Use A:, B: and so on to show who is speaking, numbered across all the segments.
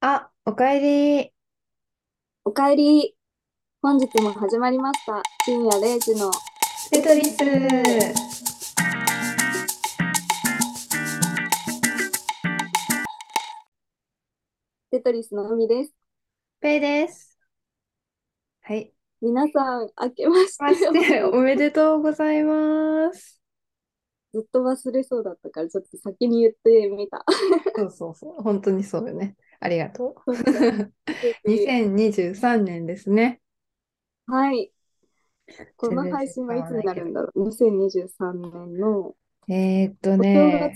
A: あ、おかえり。
B: おかえり。本日も始まりました。深夜0時の。
A: テトリス。
B: テトリスの海です。
A: ペイです。はい。
B: 皆さん、明けまし
A: ま
B: て
A: し
B: お
A: て、 おめでとうございます。
B: ずっと忘れそうだったから、ちょっと先に言ってみ た。
A: そうそうそう。本当にそうよね。ありがとう。2023年ですね。
B: はい。この配信はいつになるんだろう。2023年の。
A: えーっとね、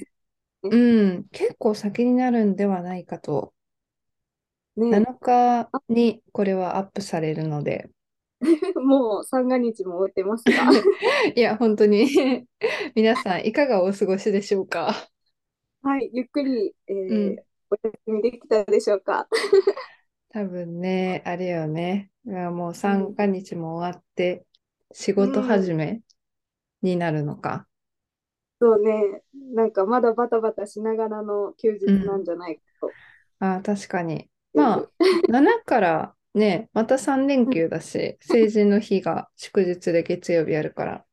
A: うん、結構先になるんではないかと。
B: ね、
A: 7日にこれはアップされるので、
B: もう三が日も終えてますが。
A: いや、本当に 皆さんいかがお過ごしでしょうか。
B: はい。ゆっくり、えー
A: うん
B: お休みできたでしょうか。
A: 多分ね、あれよね。いやもう三が日も終わって、仕事始めになるのか。
B: そうね。なんかまだバタバタしながらの休日なんじゃないかと。
A: ああ、確かに。まあ、7からね、また3連休だし、成人の日が祝日で月曜日あるから、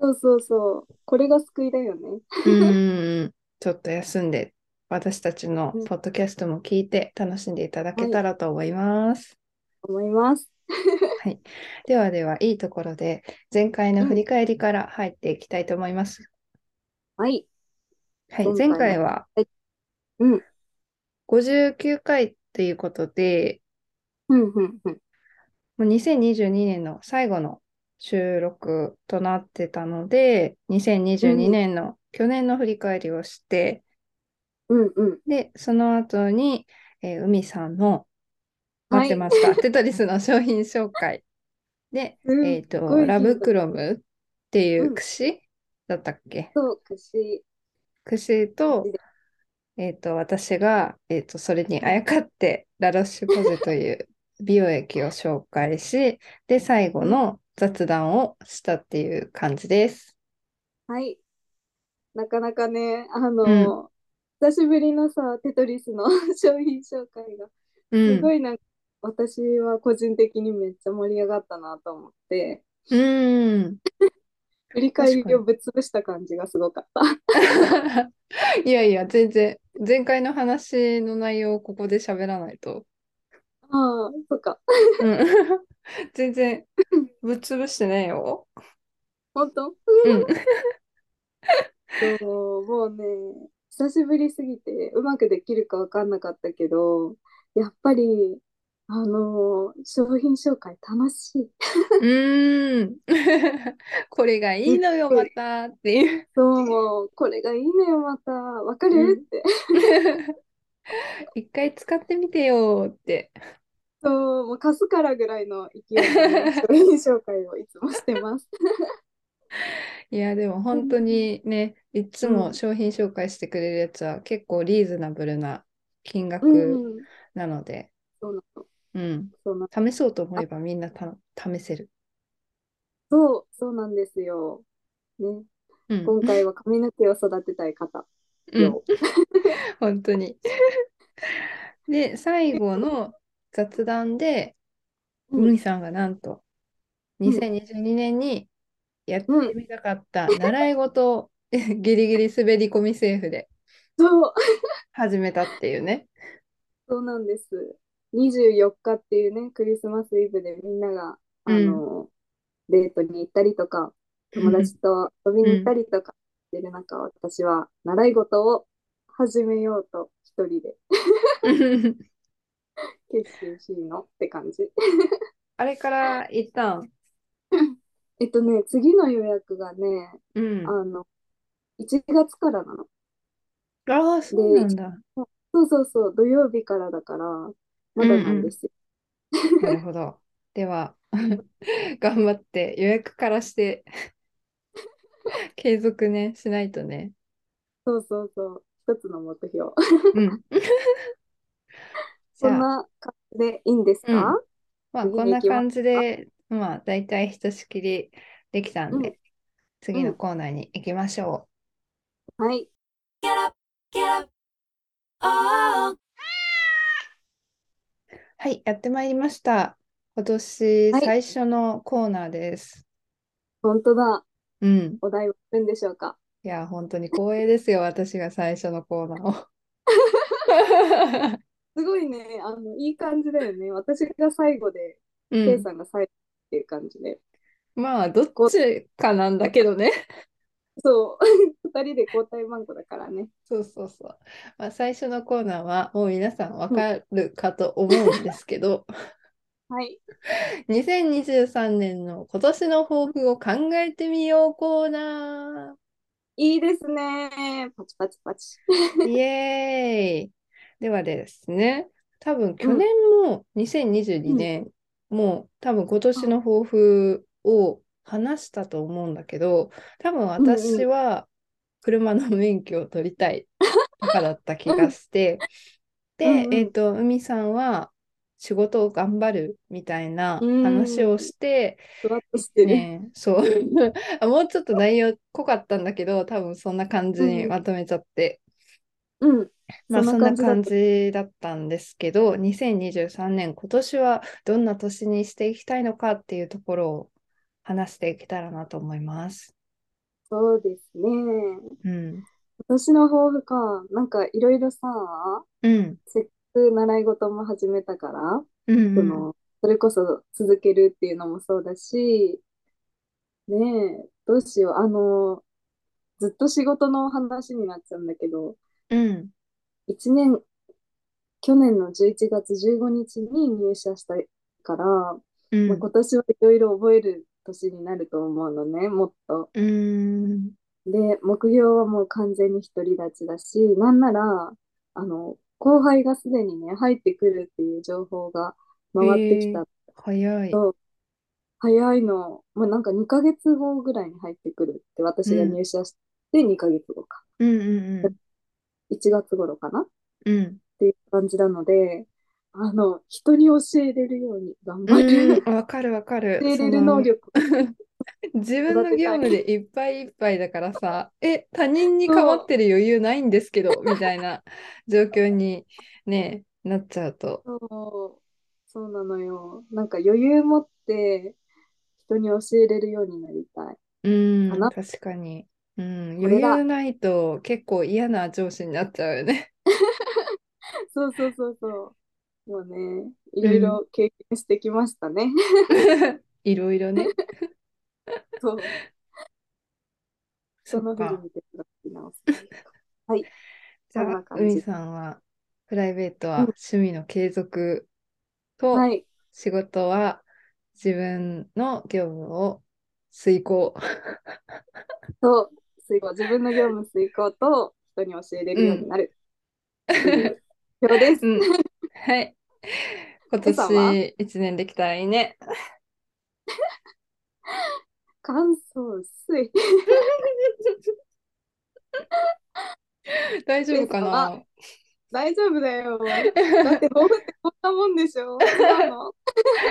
B: そうそうそう。これが救いだよね。
A: うーん、ちょっと休んで、私たちのポッドキャストも聞いて楽しんでいただけたらと思います。
B: 思います。
A: ではでは、いいところで、前回の振り返りから入っていきたいと思います。
B: はい。
A: はい、
B: 今
A: 前
B: 回も
A: 回は
B: はいうん、
A: 59回っていうことで、
B: うんうんうん。
A: もう2022年の最後の収録となってたので、2022年の去年の振り返りをして、
B: うんうん。
A: で、その後に、えー海さんの、
B: は
A: 待っ
B: い
A: てました、テトリスの商品紹介で、
B: うん
A: えっと、
B: ごい
A: ラブ
B: 頻度
A: クロムっていううん櫛だったっけ
B: そう、櫛。
A: 櫛と
B: 櫛で、
A: えっと、私が、えっと、それにあやかって、ラロッシュポゼという美容液を紹介し、で、最後の雑談をしたっていう感じです。
B: はい。なかなかね、あ
A: うん
B: の、久しぶりのさ、テトリスの 商品紹介が、
A: う
B: す
A: ん。
B: ごいなんか、私は個人的にめっちゃ盛り上がったなと思って、
A: うん。
B: 振り返りをぶっ潰した感じがすごかった。
A: いやいや、全然、前回の話の内容をここで喋らないと。
B: ああ、そっか。
A: うん。 全然、ぶっ潰してないよ。
B: 本当
A: うん。
B: そう、もうね、久しぶりすぎてうまくできるか分かんなかったけど、やっぱり、あのー商品紹介楽しい。
A: うーん。 これがいいのよ、また、っていう。
B: そう、もう、これがいいのよ、また。わかる
A: うん
B: って。
A: 一回使ってみてよって。
B: そう、もう貸すからぐらいの勢いで商品紹介をいつもしてます。
A: いや、でも本当にね、いつ
B: う
A: も
B: ん
A: 商品紹介してくれるやつは結構リーズナブルな金額
B: うん、
A: なので、
B: そうなの。
A: うん、
B: そうな
A: 試そうと思えばみんなた試せる。
B: そう、そうなんですよ。ね、
A: うん、
B: 今回は髪の毛を育てたい方。
A: うん、本当に。 で、最後の雑談で、
B: うん
A: 海さんがなんと、
B: うん
A: 2022年にやって
B: うん
A: みたかった習い事を ギリギリ滑り込みセーフで
B: そう、
A: 始めたっていう ね。
B: そうなんです。24日っていうね、クリスマスイブでみんなが、あの、デートに行ったりとか、友達と遊びに行ったりとかしてる中、私は習い事を始めようと一人で
A: うん
B: 決心しいのって感じ。
A: あれから一旦、
B: えっとね、次の予約がね、
A: うん。
B: あ
A: あ
B: の、1月からなの。
A: あ、そうなんだ。
B: そうそうそう、土曜日からだから、まだなんですよ。
A: なるほど。では、 頑張って予約からして、継続ね、しないとね。
B: そうそうそう、一つの目標。
A: うん。じ
B: そ
A: ゃ
B: ん
A: あ、
B: な感じでいいんですか
A: うまあ、こんな感じで、まあ、大体ひとしきりできたんで、
B: う
A: 次のコーナーに行きましょう。
B: はい。
A: はい、やってまいりました。今年
B: はい
A: 最初のコーナーです。
B: 本当だ。
A: うん。
B: お題はあるんでしょうか。
A: いや、本当に光栄ですよ。私が最初のコーナーを。
B: すごいね、あの、いい感じだよね。私が最後で、
A: う
B: ケイ
A: ん。
B: さんが最後っていう感じで。
A: まあ、どっちかなんだけどね。
B: そう、 二人で交代番号だからね。
A: そうそうそう。まあ、最初のコーナーはもう皆さんわかるかと思うんですけ ど、
B: はい。
A: 2023年の今年の抱負を考えてみようコーナ
B: いいですね。パチパチパチ。
A: ー。イエーイ。ではですね、多分去年も2022年も多分今年の抱負を話したと思うんだけど、多分私は車の免許を取りたいとかだった気が して、で、
B: うんうん
A: えっと、海さんは仕事を頑張るみたいな話をして、
B: ふわっとしてる。
A: ねえ、そう。 あもうちょっと内容濃かったんだけど、多分そんな感じにまとめちゃって。
B: うん。
A: まあそ
B: そ
A: ん
B: ん
A: な
B: な感じだっ
A: 感じだっ
B: た
A: たんですけど、2023年、今年はどんな年にしていきたいのかっていうところを話していけたらなと思います。
B: そうですね。
A: うん。
B: 今年の抱負か。なんかいろいろさ、
A: うん。
B: せっかく習い事も始めたから、
A: うんうん
B: その、それこそ続けるっていうのもそうだし、ねえ、どうしよう。あの、ずっと仕事の話になっちゃうんだけど、
A: うん。
B: 一年、去年の11月15日に入社したから、
A: うん
B: まあ今年はいろいろ覚える年になると思うのね、もっと。
A: うん。
B: で、目標はもう完全に独り立ちだし、なんなら、あの、後輩がすでにね、入ってくるっていう情報が回ってきた。
A: 早い。
B: 早いの、まあ、なんか2ヶ月後ぐらいに入ってくるって、私が入社して2ヶ月後か。
A: うんうん
B: 1月頃かなっ
A: うん。うん。
B: ていう感じなので、あの、人に教えれるように頑 張る。
A: うん、わかるわかる。
B: 教えれ
A: そ
B: る
A: の
B: 能力。
A: 自分の業務でいっぱいいっぱいだからさ、え、他人に
B: そう
A: かまってる余裕ないんですけど、みたいな状況に、ね、なっちゃうと。
B: そう、そうなのよ。なんか余裕持って人に教えれるようになりたい。
A: うん
B: か、な
A: 確かに。うん、
B: これ
A: 余
B: だ
A: 裕ないと結構嫌な上司になっちゃうよね。
B: そうそうそうそう。もうね、いろいろ経験してきましたね。
A: いろいろね。
B: そう。
A: そ
B: その
A: っ
B: ふり
A: か。
B: 見てください直すというか。はい。
A: じゃ
B: そんな
A: あ、
B: 感じ
A: 海さんは、プライベートは
B: うん
A: 趣味の継続と、
B: はい。
A: 仕事は自分の業務を遂行。
B: そう。遂行。自分の業務遂行と人に教えれるようになる。今日です。
A: うん、 はい。今
B: ペさんは
A: 年一年できたらいいね。
B: 感想水。
A: 大丈夫かな
B: 大丈夫だよ。だって、抱負ってこんなもんでしょ。違うの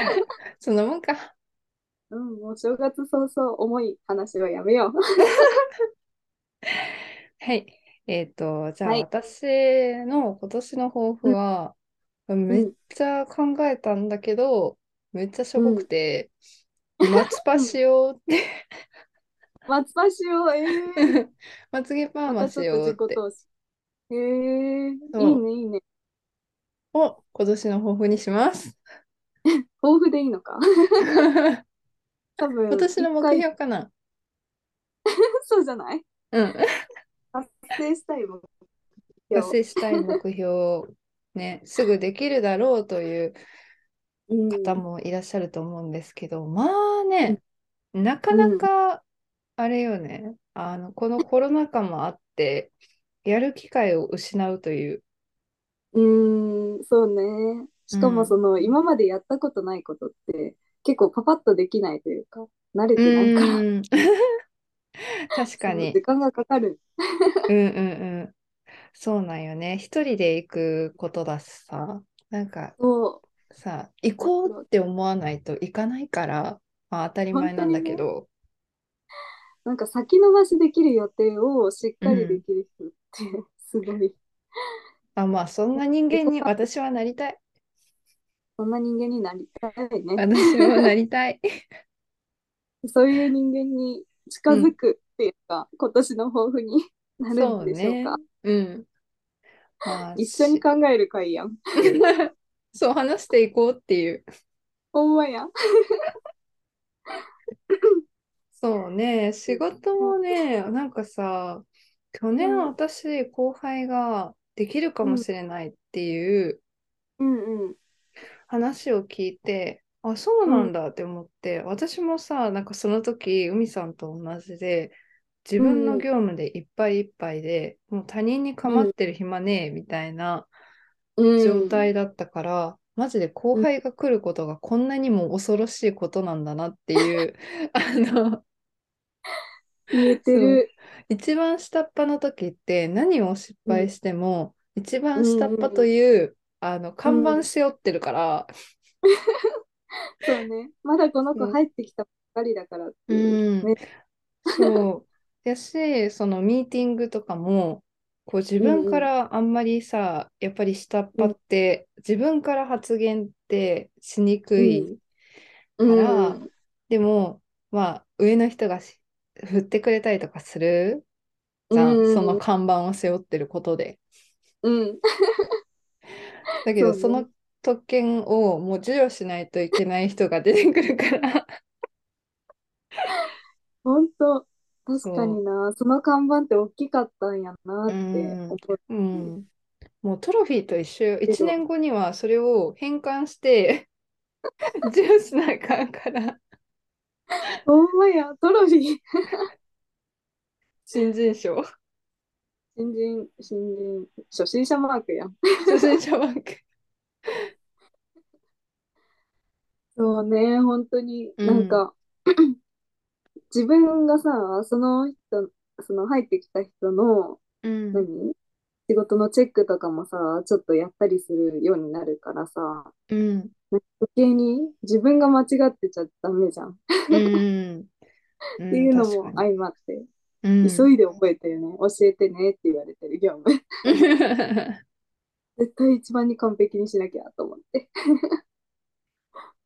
A: そんなもんか。
B: うん、もう正月早々重い話はやめよう。
A: はい。えっと、じゃあ
B: はい
A: 私の今年の抱負は、めっちゃ考えたんだけど、めっちゃしょぼくて、松葉しようって、
B: 松葉塩、ええ
A: まつげパー
B: ま
A: マ
B: たち
A: し
B: ょっ
A: よ
B: と
A: うっ
B: 自己
A: て、
B: 投資。ええ
A: そう
B: いいね、いいね。
A: を今年の抱負にします。
B: 抱負でいいの か。
A: 今
B: 多分、
A: 年の
B: 一
A: 目
B: 回
A: 標かな。
B: そうじゃない
A: うん。
B: 達成したいもん。
A: 達成したい目標、ね、すぐできるだろうという
B: うん、
A: 方もいらっしゃると思うんですけど、まあね、なかなか、あれよね、あの、このコロナ禍もあって、やる機会を失うという、
B: うん、そうね。しか
A: うん
B: も、その、今までやったことないことって、結構パパッとできないというか、慣れてないから、
A: うーん 確か
B: そう
A: に
B: 時、間がかかる。
A: うんうんうん、そうなんよね、一人で行くことだしさ、なんか
B: そ
A: さ、行こうって思わないと行かないから、まあ当たり前なんだけど、
B: う、なんか先延ばしできる予定をしっかりできる人って、 すごい。
A: あ、まあそんな人間に私はなりたい。
B: そんな人間になりたいね。
A: 私もなりたい。
B: そういう人間に近づくっていうか、今年の抱負に なる
A: そ
B: ん
A: う
B: でしょう
A: ね
B: か。。
A: うん。まあ
B: 一緒に
A: し
B: 考える会やん。
A: そう、話していこうっていう。
B: ほんまや。
A: そうね、仕事もね、なんかさ、去年
B: うん
A: 私、後輩ができるかもしれないっていう
B: うんうん。
A: 話を聞いて、あ、そうなんだって思って、私もさ、なんかその時、海さんと同じで、自分の業務でいっぱいいっぱいで、もう他人に構ってる暇ねえみたいな状態だったから、マジで後輩が来ることがこんなにも恐ろしいことなんだなっていう、 あの、
B: うん。言えてる。
A: 一番下っ端の時って何を失敗しても、一番下っ端という、あの看板背負ってるから、
B: そうね。まだこの子入ってきたばっかりだからってい
A: う
B: う。
A: ん
B: ね
A: そうやしそのミーティングとかもこう自分からあんまりさ、やっぱり下っ端って、自分から発言ってしにくい、
B: うんうんうん
A: でもまあ上の人がし振ってくれたりとかするじゃん、
B: うん
A: その看板を背負ってることで。
B: うん。
A: だけど
B: そ
A: そう
B: ね
A: の特権をもう授与しないといけない人が出てくるから
B: 本当確かにな。その看板って大きかったんやなって思う。
A: うんもうトロフィーと一緒よ1年後にはそれを返還して 授与しなあかんから
B: ほんまや。トロフィー。
A: 新人 賞
B: 新人、新人、初心者マークやん。
A: 初心者バンク
B: そうね、本当に、
A: うん
B: なんか、 自分がさ、その人、その入ってきた人の、
A: うん
B: 何仕事のチェックとかもさ、ちょっとやったりするようになるからさ、
A: うん
B: 余計に自分が間違ってちゃダメじゃん。っ
A: うんって
B: ていうのも相まって、急いで覚えてよね、教えてねって言われてる業 務。 絶対一番に完璧にしなきゃと思って。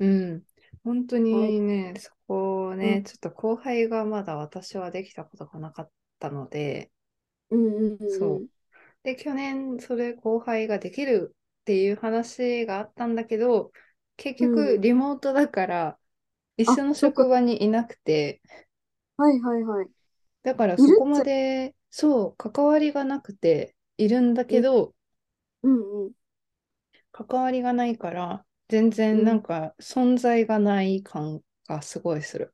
A: うん、本当にね、そこをね、
B: うん
A: ちょっと後輩がまだ私はできたことがなかったので、
B: うんうんうん。
A: そう。で、去年、それ後輩ができるっていう話があったんだけど、結
B: う
A: 局、
B: ん
A: リモートだから、一緒の職場にいなくて、
B: はいはいはい。
A: だから
B: いる
A: そ
B: っちゃ
A: こまで、そう、関わりがなくて、いるんだけど、
B: うんうん。
A: 関わりがないから、全
B: う
A: 然
B: ん
A: なんか存在がない感がすごいする。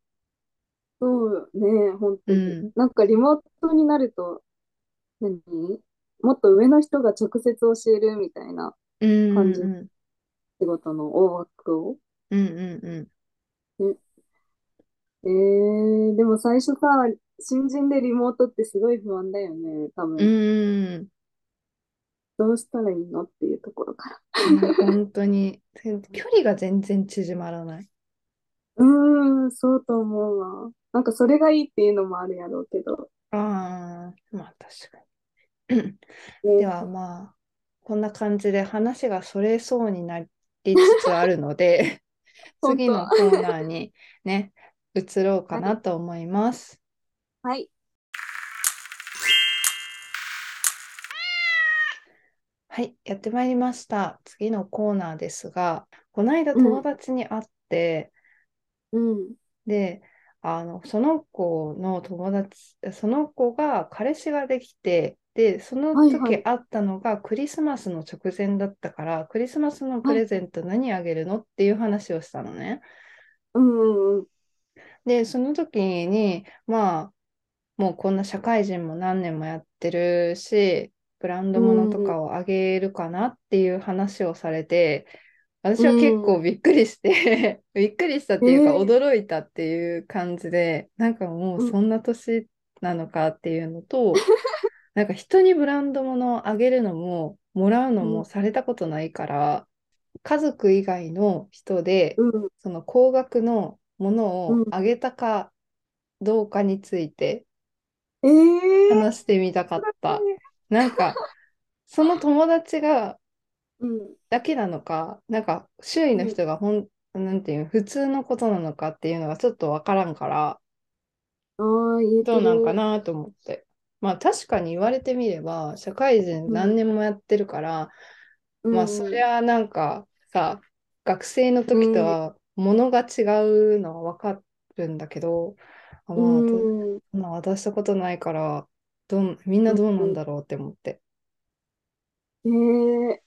B: そうね、本当に。
A: うん
B: なんかリモートになると、何もっと上の人が直接教えるみたいな
A: うん
B: 感じ
A: うんうん
B: 仕事の大枠を。
A: うんうんうん。
B: えー、でも最初さ、新人でリモートってすごい不安だよね、多
A: う
B: 分。
A: ーん、
B: どうしたらいいのっていうところから。
A: 本当に距離が全然縮まらない。
B: うーん、そうと思うわ。なんかそれがいいっていうのもあるやろうけど。
A: ああ、まあ確かに。
B: ね
A: ではまあこんな感じで話がそれそうになりつつあるの で
B: 本当
A: 次のコーナーにね移ろうかなと思います。
B: はい。
A: はい、やってまいりました。次のコーナーですが、この間友達に会って、
B: うん。
A: で、あの、その子の友達、その子が彼氏ができて、で、その
B: はいはい
A: 時会ったのがクリスマスの直前だったから、クリスマスのプレゼント何あげるのっていう話をしたのね。
B: うんうんうん。
A: で、その時に、まあ、もうこんな社会人も何年もやってるし、ブランド物とかをあげるかなっていう話をされて、私は結構びっくりして、 びっくりしたっていうか、
B: えー
A: 驚いたっていう感じで、なんかもうそんな年なのかっていうのと、 なんか人にブランド物をあげるのも、もらうの
B: うん
A: もされたことないから、家族以外の人で、
B: うん。
A: その高額のもの
B: う
A: を
B: ん
A: あげたかどうかについて、
B: えー、
A: 話してみたかった。なんか、その友達が、
B: うん。
A: だけなのか、なんか周囲の人がほん、なんていう、普通のことなのかっていうのがちょっとわからんから、
B: ああ、言えて
A: どうなんか
B: る。
A: なと思って。まあ確かに言われてみれば、社会人何年もやってるから、まあそりゃなんかさ、学生の時とはものが違うのはわかるんだけど、あ
B: う
A: まあ、ど
B: ん。うん。
A: そんな渡したことないから、どん、みんなどうなんだろうって思って。
B: ええ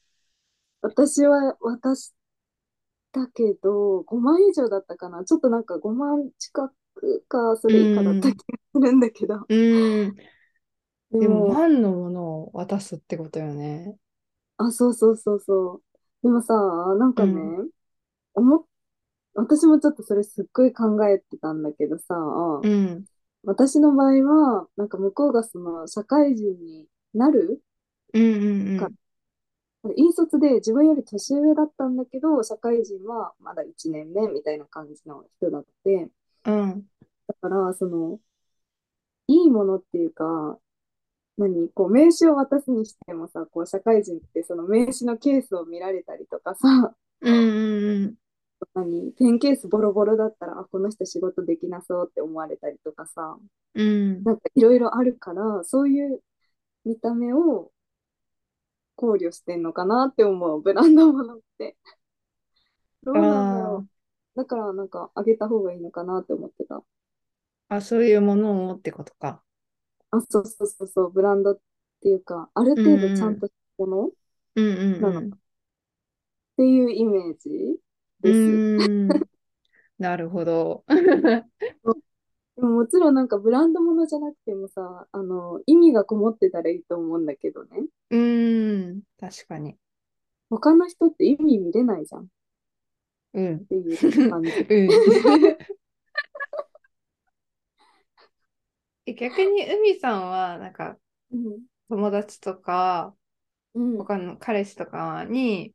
B: 私は渡したけど、5万以上だったかな。ちょっとなんか5万近くか、それ以下だった気がするんだけど。
A: うん。
B: で
A: でも、
B: も、
A: 万のものを渡すってことよね。
B: あ、そうそうそうそう。でもさ、なん
A: う
B: かね、
A: ん。
B: 思っ、私もちょっとそれすっごい考えてたんだけどさ、
A: うん。
B: 私の場合は、なんか向こうがその社会人になる
A: うんうんう
B: か、
A: ん。
B: 引率で自分より年上だったんだけど、社会人はまだ1年目みたいな感じの人だって、
A: うん
B: だからその、いいものっていうか、何、こう名刺を渡すにしてもさ、こう社会人ってその名刺のケースを見られたりとかさ、
A: うんうん
B: 何、ペンケースボロボロだったら、あ、この人仕事できなそうって思われたりとかさ、
A: うんうん
B: なんかいろいろあるから、そういう見た目を考慮してんのかなって思う、ブランドものって。どうなんだ
A: あ
B: ろう。だからなんかあげた方がいいのかなって思ってた。
A: ーあ、そういうものをってことか。
B: あ、そうそうそうそう、ブランドっていうか、ある
A: う
B: 程度ち
A: ん
B: ゃ
A: うんん。
B: としたも
A: うん
B: のな
A: う
B: のか
A: ん
B: っていうイメージ
A: う
B: です。
A: ん。うーん。 なるほど。
B: でももちろんなんかブランドものじゃなくてもさ、あの、意味がこもってたらいいと思うんだけどね。
A: うーん。確かに。
B: 他の人って意味見れないじゃんっ
A: うん。
B: ていう 感じ。
A: うん。え逆に、海さんは、なんか、
B: うん、
A: 友達とか、
B: うん、
A: 他の彼氏とかに、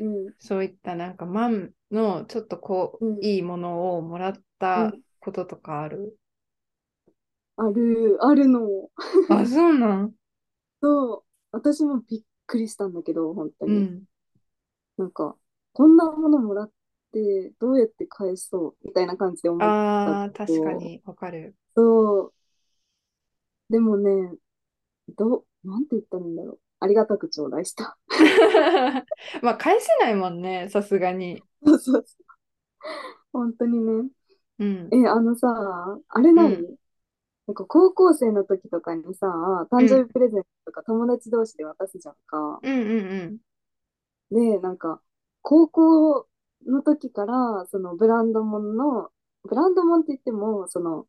B: うん、
A: そういったなんかマンのちょっとこ
B: う、
A: うんいいものをもらっ
B: う
A: た
B: ん。
A: こととかある
B: ある、あるの。
A: あ、そうなん。
B: そう、私もびっくりしたんだけど、本当
A: う
B: に。
A: ん。
B: なんか、こんなものもらって、どうやって返そうみたいな感じで思ったけ
A: ああ、確か
B: ど、
A: にわかる。
B: そう、でもね、どう、なんて言ったらいいんだろう。ありがたく頂戴した。
A: まあ返せないもんね、さすがに。
B: そうそうそう本当にね。
A: うん。
B: え、あのさ、あれ
A: う
B: 何
A: ん。
B: なんか高校生の時とかにさ、
A: う
B: 誕生
A: ん。
B: 日プレゼントとか友達同士で渡すじゃんか。
A: うんうん
B: で、なんか、高校の時から、そのブランドものの、ブランドもんって言っても、その、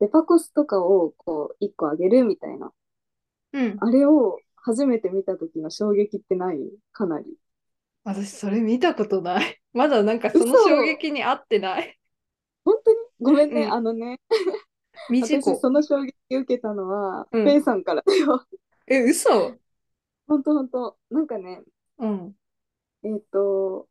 B: デパコスとかをこう、一個あげるみたいな、
A: うん。うん。
B: あれを初めて見た時の衝撃ってないかなり。
A: 私それ見たことない。まだなんかその衝
B: 嘘
A: 撃に合ってない。
B: 本当にごめん
A: う
B: ね、
A: ん。
B: あのね、
A: 未知
B: 私
A: 子。
B: その衝撃受けたのは、
A: う
B: ペイ
A: ん。
B: さんから だよ。
A: え、嘘
B: 本当本当。なんかね、
A: うん。
B: えっと、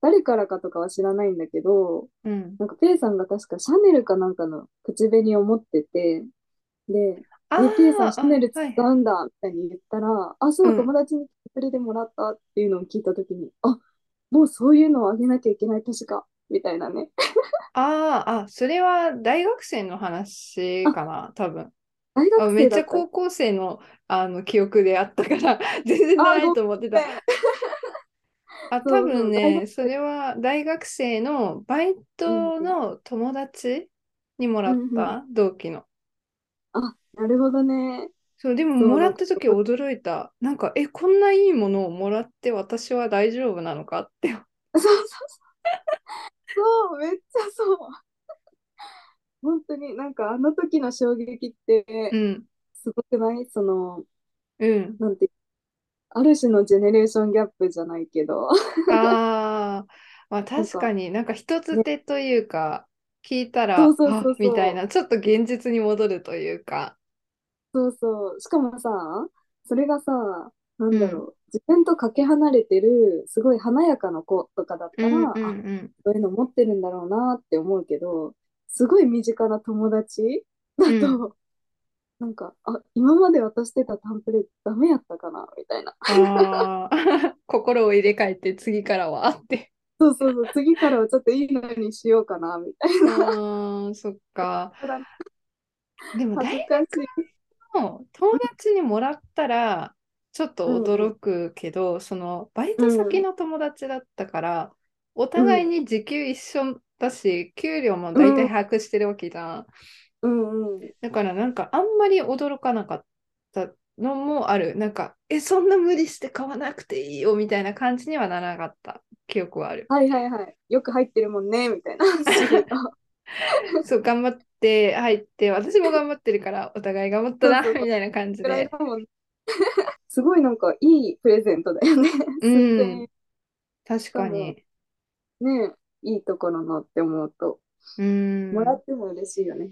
B: 誰からかとかは知らないんだけど、
A: うん。
B: なんかペイさんが確かシャネルかなんかの口紅を持ってて、で、
A: あ
B: え、ペイさんシャネ
A: あ、
B: ル
A: あ、はいは
B: 使
A: い。
B: うんだみたいに言ったら、あ、
A: う
B: そう、
A: ん。
B: 友達にそれでもらったっていうのを聞いたときに、あ、もうそういうのをあげなきゃいけない年か、みたいなね。
A: あーあ、それは大学生の話
B: あ、
A: かな、多分。
B: 大
A: あ、
B: 学
A: めっち
B: 生だ
A: ゃ
B: ったね。
A: 高校生の、あの記憶であったから 全然
B: あ、
A: ない
B: ご
A: と思って
B: め
A: た。
B: ん。
A: あ、多
B: そうそ
A: 分
B: う、大学
A: ね、それは大学生のバイ
B: うん
A: ト
B: うん。
A: の友達にも
B: う
A: らっ
B: んうん。
A: た、同期の。
B: あ、なるほどね。
A: そう、でも
B: そ
A: も
B: う、
A: ら
B: なん
A: っ
B: か、
A: た時驚いた。なんか、え、こんないいものをもらって私は大丈夫なのかって。
B: そうそうそう、めっちゃそう。本当になんかあの時の衝撃っ
A: う
B: て
A: ん、
B: すごくないその、
A: うん。
B: なんて、ある種のジェネレーションギャップじゃないけど、
A: ああ、まあ
B: なん
A: 確か
B: か、
A: になんか一つ
B: ね、
A: 手というか、聞いた
B: そう
A: ら、
B: そうそ
A: あ、
B: う
A: みたい
B: そ
A: な、
B: う、
A: ちょっと現実に戻るというか。
B: そうそう、しかもさ、それがさ、
A: う
B: な
A: ん
B: だ
A: ん、
B: ろう、自分とかけ離れてる、すごい華やかな子とかだっ
A: う
B: たら、
A: ん、う
B: あ、
A: ん、うん。
B: そういうの持ってるんだろうなって思うけど、すごい身近な友達
A: う
B: だ
A: ん
B: と、なんか、あ、今まで渡してたタンプレダメやったかなみたいな。
A: あ ー心を入れ替えて次からはって。
B: そうそうそう、次からはちょっといいのにしようかなみたい
A: あーそっか。
B: な。
A: でも
B: 恥
A: 大
B: ずかしい。
A: 体の友達にもらったらちょっと驚くけど、そのバイト先の友達だったから、お互いに時給一緒だし、給料も大体把握してるわけじゃん。
B: うんうん。
A: だからなんかあんまり驚かなかったのもある。なんか、え、そんな無理して買わなくていいよみたいな感じにはならなかった記憶はある。
B: はいはいはい。よく入ってるもんね、みたいな。
A: そう、頑張って入って、私も頑張ってる から、お互い頑張ったな、
B: そうそう
A: みたいな感じ
B: ぐらい
A: で。
B: だもんね。すごいなんかいいプレゼントだよね。
A: うん、確かに。
B: ねいいところのって思うと、
A: うん。
B: もらっても嬉しいよね。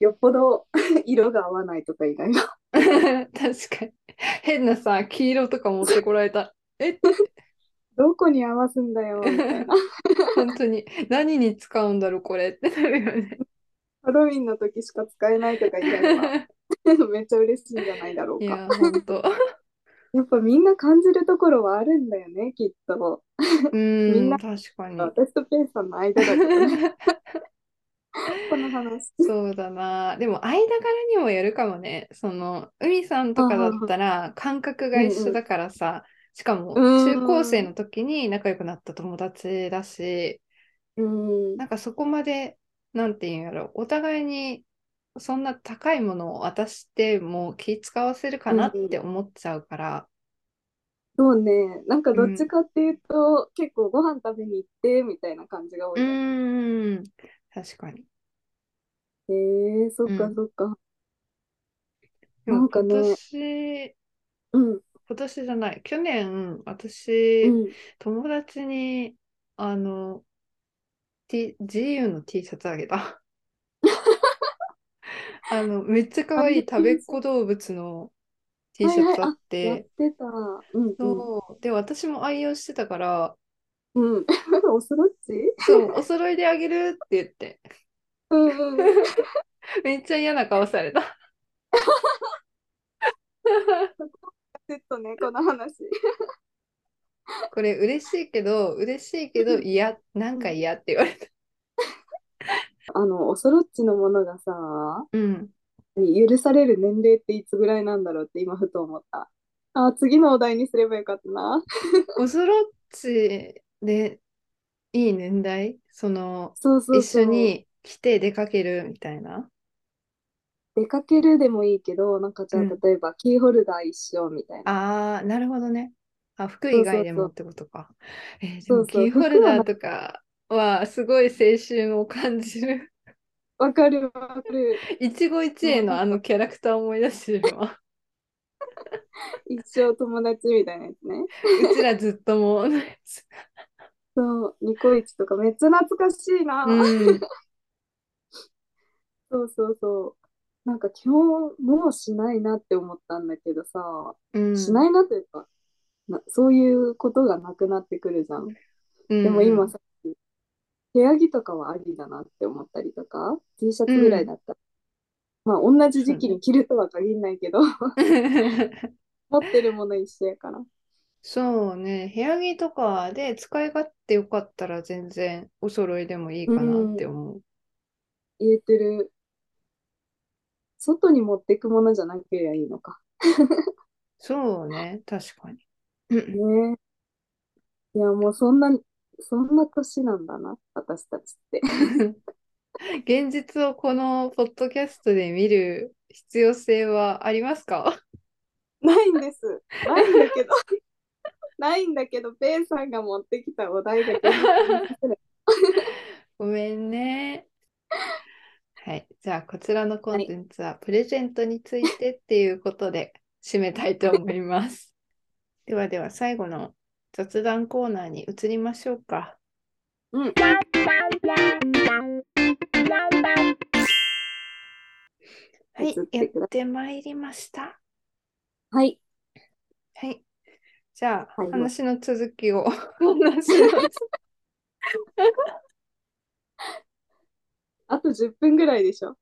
B: よっぽど 色が合わないとか以外は。
A: 確かに。変なさ、黄色とか持ってこられた。え、
B: どこに合わすんだよ、みた いな。
A: 本当に。何に使うんだろう、これってなるよね。
B: ハロウィンの時しか使えないとか以外は、 めっちゃ嬉しいんじゃないだろ
A: いう
B: か。
A: や、本当。
B: やっぱみんな感じるところはあるんだよね、きっと。
A: うん、
B: んな
A: 確 かに。
B: 私とペイさんの間だけどね、 この話。
A: そうだな。でも間柄にもよるかもね。その、海さんとかだったら感覚が一緒だからさ、しかも
B: うん
A: 中高生の時に仲良くなった友達だし、
B: うん。
A: なんかそこまで、なんていうんやろ、お互いにそんな高いものを渡しても気使わせるかなって思っちゃうから、
B: そうね、なんかどっちかっていうと、結構ご飯食べに行ってみたいな感じが多い、
A: う
B: ね。
A: ーん、確かに。
B: へえそっか
A: うん
B: そっか。
A: でも
B: なんかね
A: 今年、
B: うん。
A: 今年じゃない、去年、私、
B: うん。
A: 友達に、あの、T、GU の T シャツあげた。 あの、めっちゃ可愛い食べっ子動物の T シャツあっ、
B: やっててた。うん、うん。
A: そう。で、私も愛用してたから、
B: うん。 おそろっち
A: そう、お揃いであげるって言って、
B: うんうん。
A: めっちゃ嫌な顔され た。
B: ちょっ とね、この話。
A: これ嬉しいけど、嬉しいけど嫌、なんか嫌って言われた。
B: あの、おそろっちのものがさ、
A: うん。
B: 許される年齢っていつぐらいなんだろうって今ふと思った。あ、次のお題にすればよかったな。
A: おそろっちでいい年代その、
B: そうそう
A: 一
B: そう。
A: 緒に来て出かけるみたいな。
B: 出かけるでもいいけど、なんかじゃあ
A: うん
B: 例えばキーホルダー一緒みたいな。
A: ああ、なるほどね。あ、服
B: そうそう
A: 以外でもってことか。えーでも
B: そうそう
A: キーホルダーとかはすごい青春を感じる。
B: わかるわかる。
A: 一期一会のあのキャラクターを思い出してるわ。
B: 一生友達みたいなやつね。
A: うちらずっと もう。
B: そう、ニコイチとかめっちゃ懐かしいな。
A: うん、
B: そうそうそう。なんか基本もうしないなって思ったんだけどさ、
A: うん、
B: しないなというか、なそういうことがなくなってくるじゃん。
A: うん
B: でも今さ、部屋着とかはありだなって思ったりとか、T シャツぐらいだったら、まあ同じ時期に着るとは限らないけど、 持ってるもの一緒やから。
A: そうね、部屋着とかで使い勝手よかったら全然お揃いでもいいかなって思う。
B: 言えてる。外に持ってくものじゃなければいいのか。
A: そうね、確かに。うん
B: ねえ。いや、もうそんな、そんな年なんだな、私たちって。
A: 現実をこのポッドキャストで見る必要性はありますか
B: ないん です。ないんだけど。ないんだけど、ペイさんが持ってきたお題だけど。
A: ごめん ね。はい、じゃあこちらのコンテンツはプレゼントについてっていうことで 締めたいと思います。 ではでは最後の雑談コーナーに移りましょうか。
B: うん。
A: はい
B: 移っ、
A: やって
B: くだ
A: てまいりました。
B: はい。
A: はい。じゃあ、
B: はい
A: 話の続きを 話します。
B: あと10分ぐらいでしょ。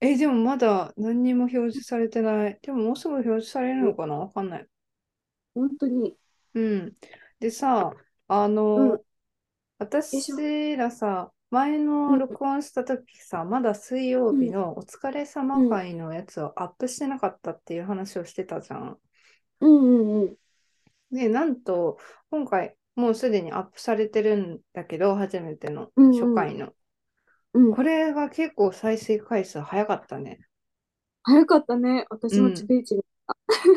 A: え、でもまだ何にも表示されてない。でももうすぐ表示されるのかなわかんない。
B: 本当に。
A: うん。でさ、あ
B: う
A: の
B: ん、
A: 私らさ、前の録音した時さ、まだ水曜日のお疲れ様会のやつをアップしてなかったっていう話をしてたじゃん。
B: うんうんうん。
A: で、なんと、今回、もうすでにアップされてるんだけど、初めての
B: うんうん
A: 初回の。
B: うん、
A: これが結構再生回数早かったね。
B: 早かったね。私
A: うん
B: もちびいちび。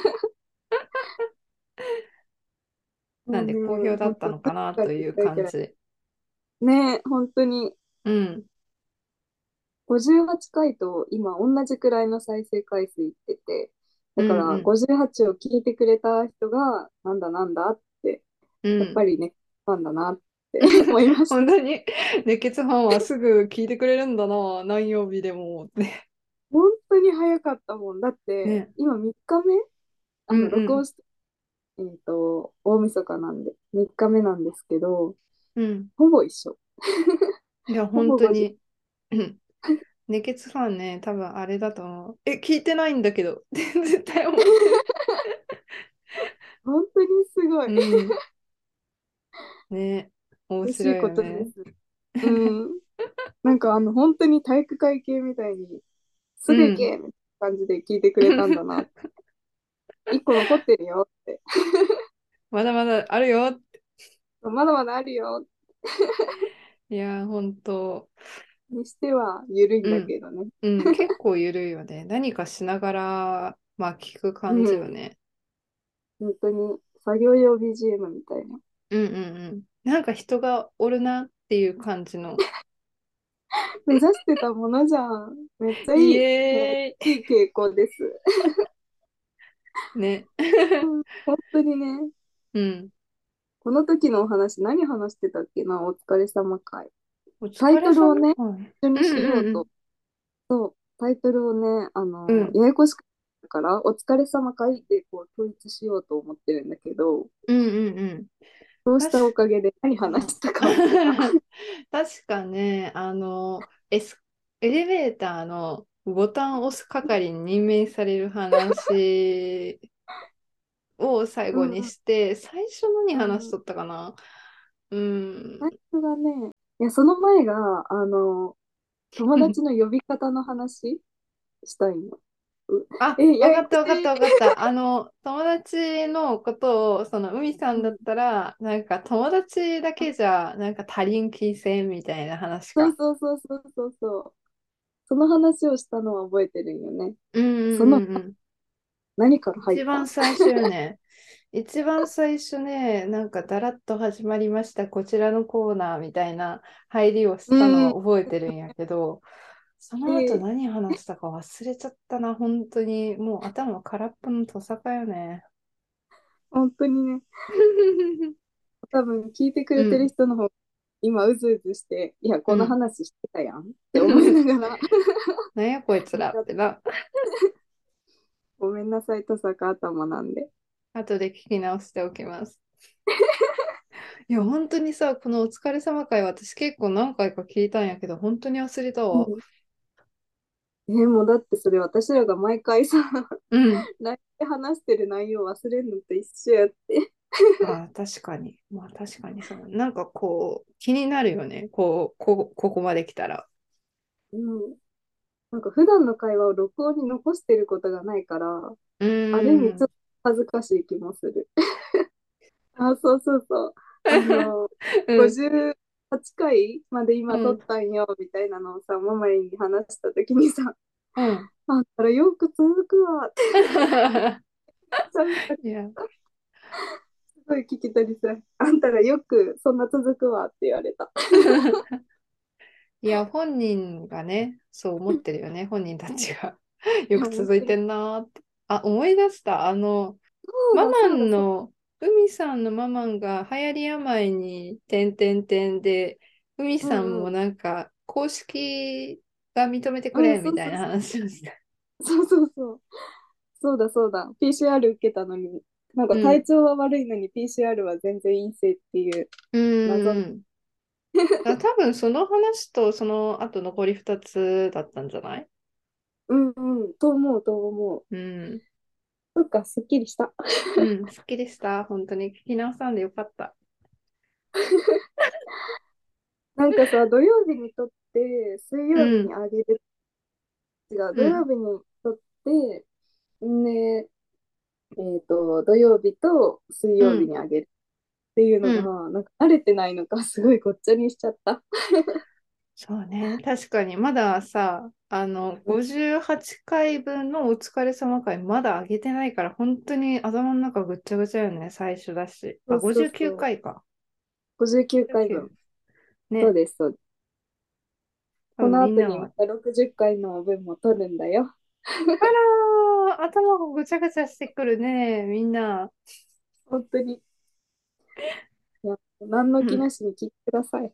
A: なんで好評だったのかなという感じ。
B: ね、本当に。
A: うん。
B: 58回と今同じくらいの再生回数いってて、だか
A: うんうん
B: ら58を聞いてくれた人が、なんだなんだって、
A: うん
B: やっぱりね、ファンだなって 思いました。
A: 本当に 熱血ファンはすぐ聞いてくれるんだな、何曜日でもって。
B: 本当に早かったもん。だって、
A: ね
B: 今3日目あ
A: うんう
B: の、
A: ん
B: 録音して、えっと、大晦日なんで、3日目なんですけど、
A: うん。
B: ほぼ一緒。
A: いや、
B: ほぼ
A: 本当に。うん熱血ファンね、多分あれだと思う。え、聞いてないんだけど、 絶対思う。
B: 本当にすご
A: う
B: い。
A: ん、ね、面
B: 嬉し
A: 白
B: い
A: い
B: こ
A: よ
B: とで
A: ね。
B: す。うん。なんかあの、本当に体育会系みたいに、すぐ行けみたいな感じで聞いてくれたんだな。一個残ってるよって。
A: まだまだあるよ。
B: まだまだあるよ。
A: いや、本当。
B: にしては、ゆるいんだけどね。
A: うん、結構ゆるいよね。何かしながら、まあ、聞く感じよね。
B: 本当に、作業用 BGM みたいな。
A: うんうんうん。なんか人がおるなっていう感じの。
B: 目指してたものじゃん。めっちゃい
A: イ
B: い。
A: エーイ
B: いい傾向 です。
A: ね。
B: 本当にね、
A: うん。
B: この時のお話、何話してたっけな、お疲れ様会。
A: お疲
B: タイトルをね
A: 様はい
B: 一緒にしよ
A: うんう
B: うん
A: うん
B: と。そう、タイトルをね、あの、
A: うん
B: ややこしくなるから、お疲れ様会でこう統一しようと思ってるんだけど、
A: うんうんうん。
B: そうしたおかげで何話したか。
A: 確かね、あの、エス、エレベーターのボタンを押す係に任命される話を最後にして、最初のに話しとったかな。うん。
B: 最初がね、いや、その前が、あの、友達の呼び方の話したいの。
A: あ、
B: え
A: わか
B: や
A: っ
B: ったて
A: わかったわかった。あの、友達のことを、その、海さんだったら、なんか友達だけじゃ、なんか足りん気せんみたいな話
B: そう
A: か。
B: そうそうそうそうそう。その話をしたのは覚えてるんよね。
A: うんうん
B: そ
A: うん
B: の
A: うん。
B: 何から入
A: 一
B: った
A: 番最初よね。一番最初ね、なんかだらっと始まりました、こちらのコーナーみたいな入りをしたのを覚えてるんやけど、その後何話したか忘れちゃったな、本当に。もう頭空っぽのとさかよ ね。
B: 本当にね、多分聞いてくれてる人の方、今うずうずして、いや、この話してたやんって思いながら、
A: なんやこいつらってな。
B: ごめんなさい、とさか頭なんで。
A: 後で聞き直しておきます。 いや、本当にさ、このお疲れ様会、私結構何回か聞いたんやけど、本当に忘れたわ。
B: えーもうだってそれ私らが毎回さ、
A: うん。
B: 話してる内容忘れんのと一緒やって。
A: あー確かに。まあ確かにそう。なんかこう、気になるよね。こう、こ、ここまで来たら。
B: うん。なんか普段の会話を録音に残してることがないから、
A: うーん。
B: ある意味ちょっと恥ずかしい気もす る。あ、そうそうそう。あの、
A: うん
B: 58回まで今撮ったんよ、みたいなのをさ、ママリンに話したときにさ、
A: うん。
B: あんたらよく続くわって言ったら、
A: いや、
B: すごい聞き取りづらい。あんたらよくそんな続くわって言われた。
A: いや、本人がね、そう思ってるよね。本人たちが。よく続いてんなーって。あ、思い出した。あの、ママンの、海さんのママンが流行り病に点々点で、海さんもなんか、公式が認めてくれ
B: うんそうそうそう
A: みたいな話をした。
B: そうそうそう。そうだそうだ。PCR 受けたのに、なんか体調は悪いのに PCR は全然陰性っていう。
A: うーん。あ多分その話とその後残り2つだったんじゃない
B: うんうん、と思うと思
A: うん。
B: う。そっか、すっきりした。
A: うん、すっきりした。本当に聞き直したんでよかった。
B: なんかさ、土曜日に撮って、水曜日にあげる。違う、土曜日に撮って、ね、えっと、土曜日と水曜日にあげるっていうのが、なんか慣れてないのか、すごいごっちゃにしちゃった。
A: そうね。確かに、まださ、あの、58回分のお疲れ様回、まだ上げてないから、本当に頭の中ぐっちゃぐちゃよね、最初だし。あ、
B: そうそうそう
A: 59回か。
B: 59回分。
A: ね
B: そうです、そうです。
A: 多
B: この
A: 分み
B: 後
A: んな
B: に
A: は
B: また60回の分も撮るんだよ。
A: あらー、頭がぐちゃぐちゃしてくるね、みんな。
B: 本当に。いや、何の気なしに聞いてください。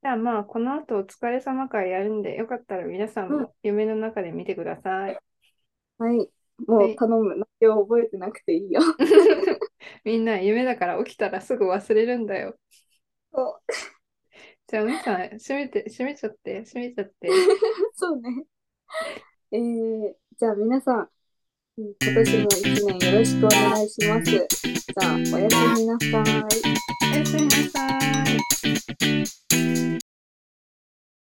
A: じゃあまあ、この後お疲れ様会やるんで、よかったら皆さん
B: うん
A: も夢の中で見てください。
B: はい。も
A: は
B: う
A: い
B: 頼む。内容覚えてなくていいよ。
A: みんな夢だから起きたらすぐ忘れるんだよ。
B: そう
A: じゃあ、お兄さん、閉めて、閉めちゃって、閉めちゃ って。
B: そうね。えー、じゃあ皆さん、うん今年も一年よろしくお願いします。じゃあ、おやすみなさい。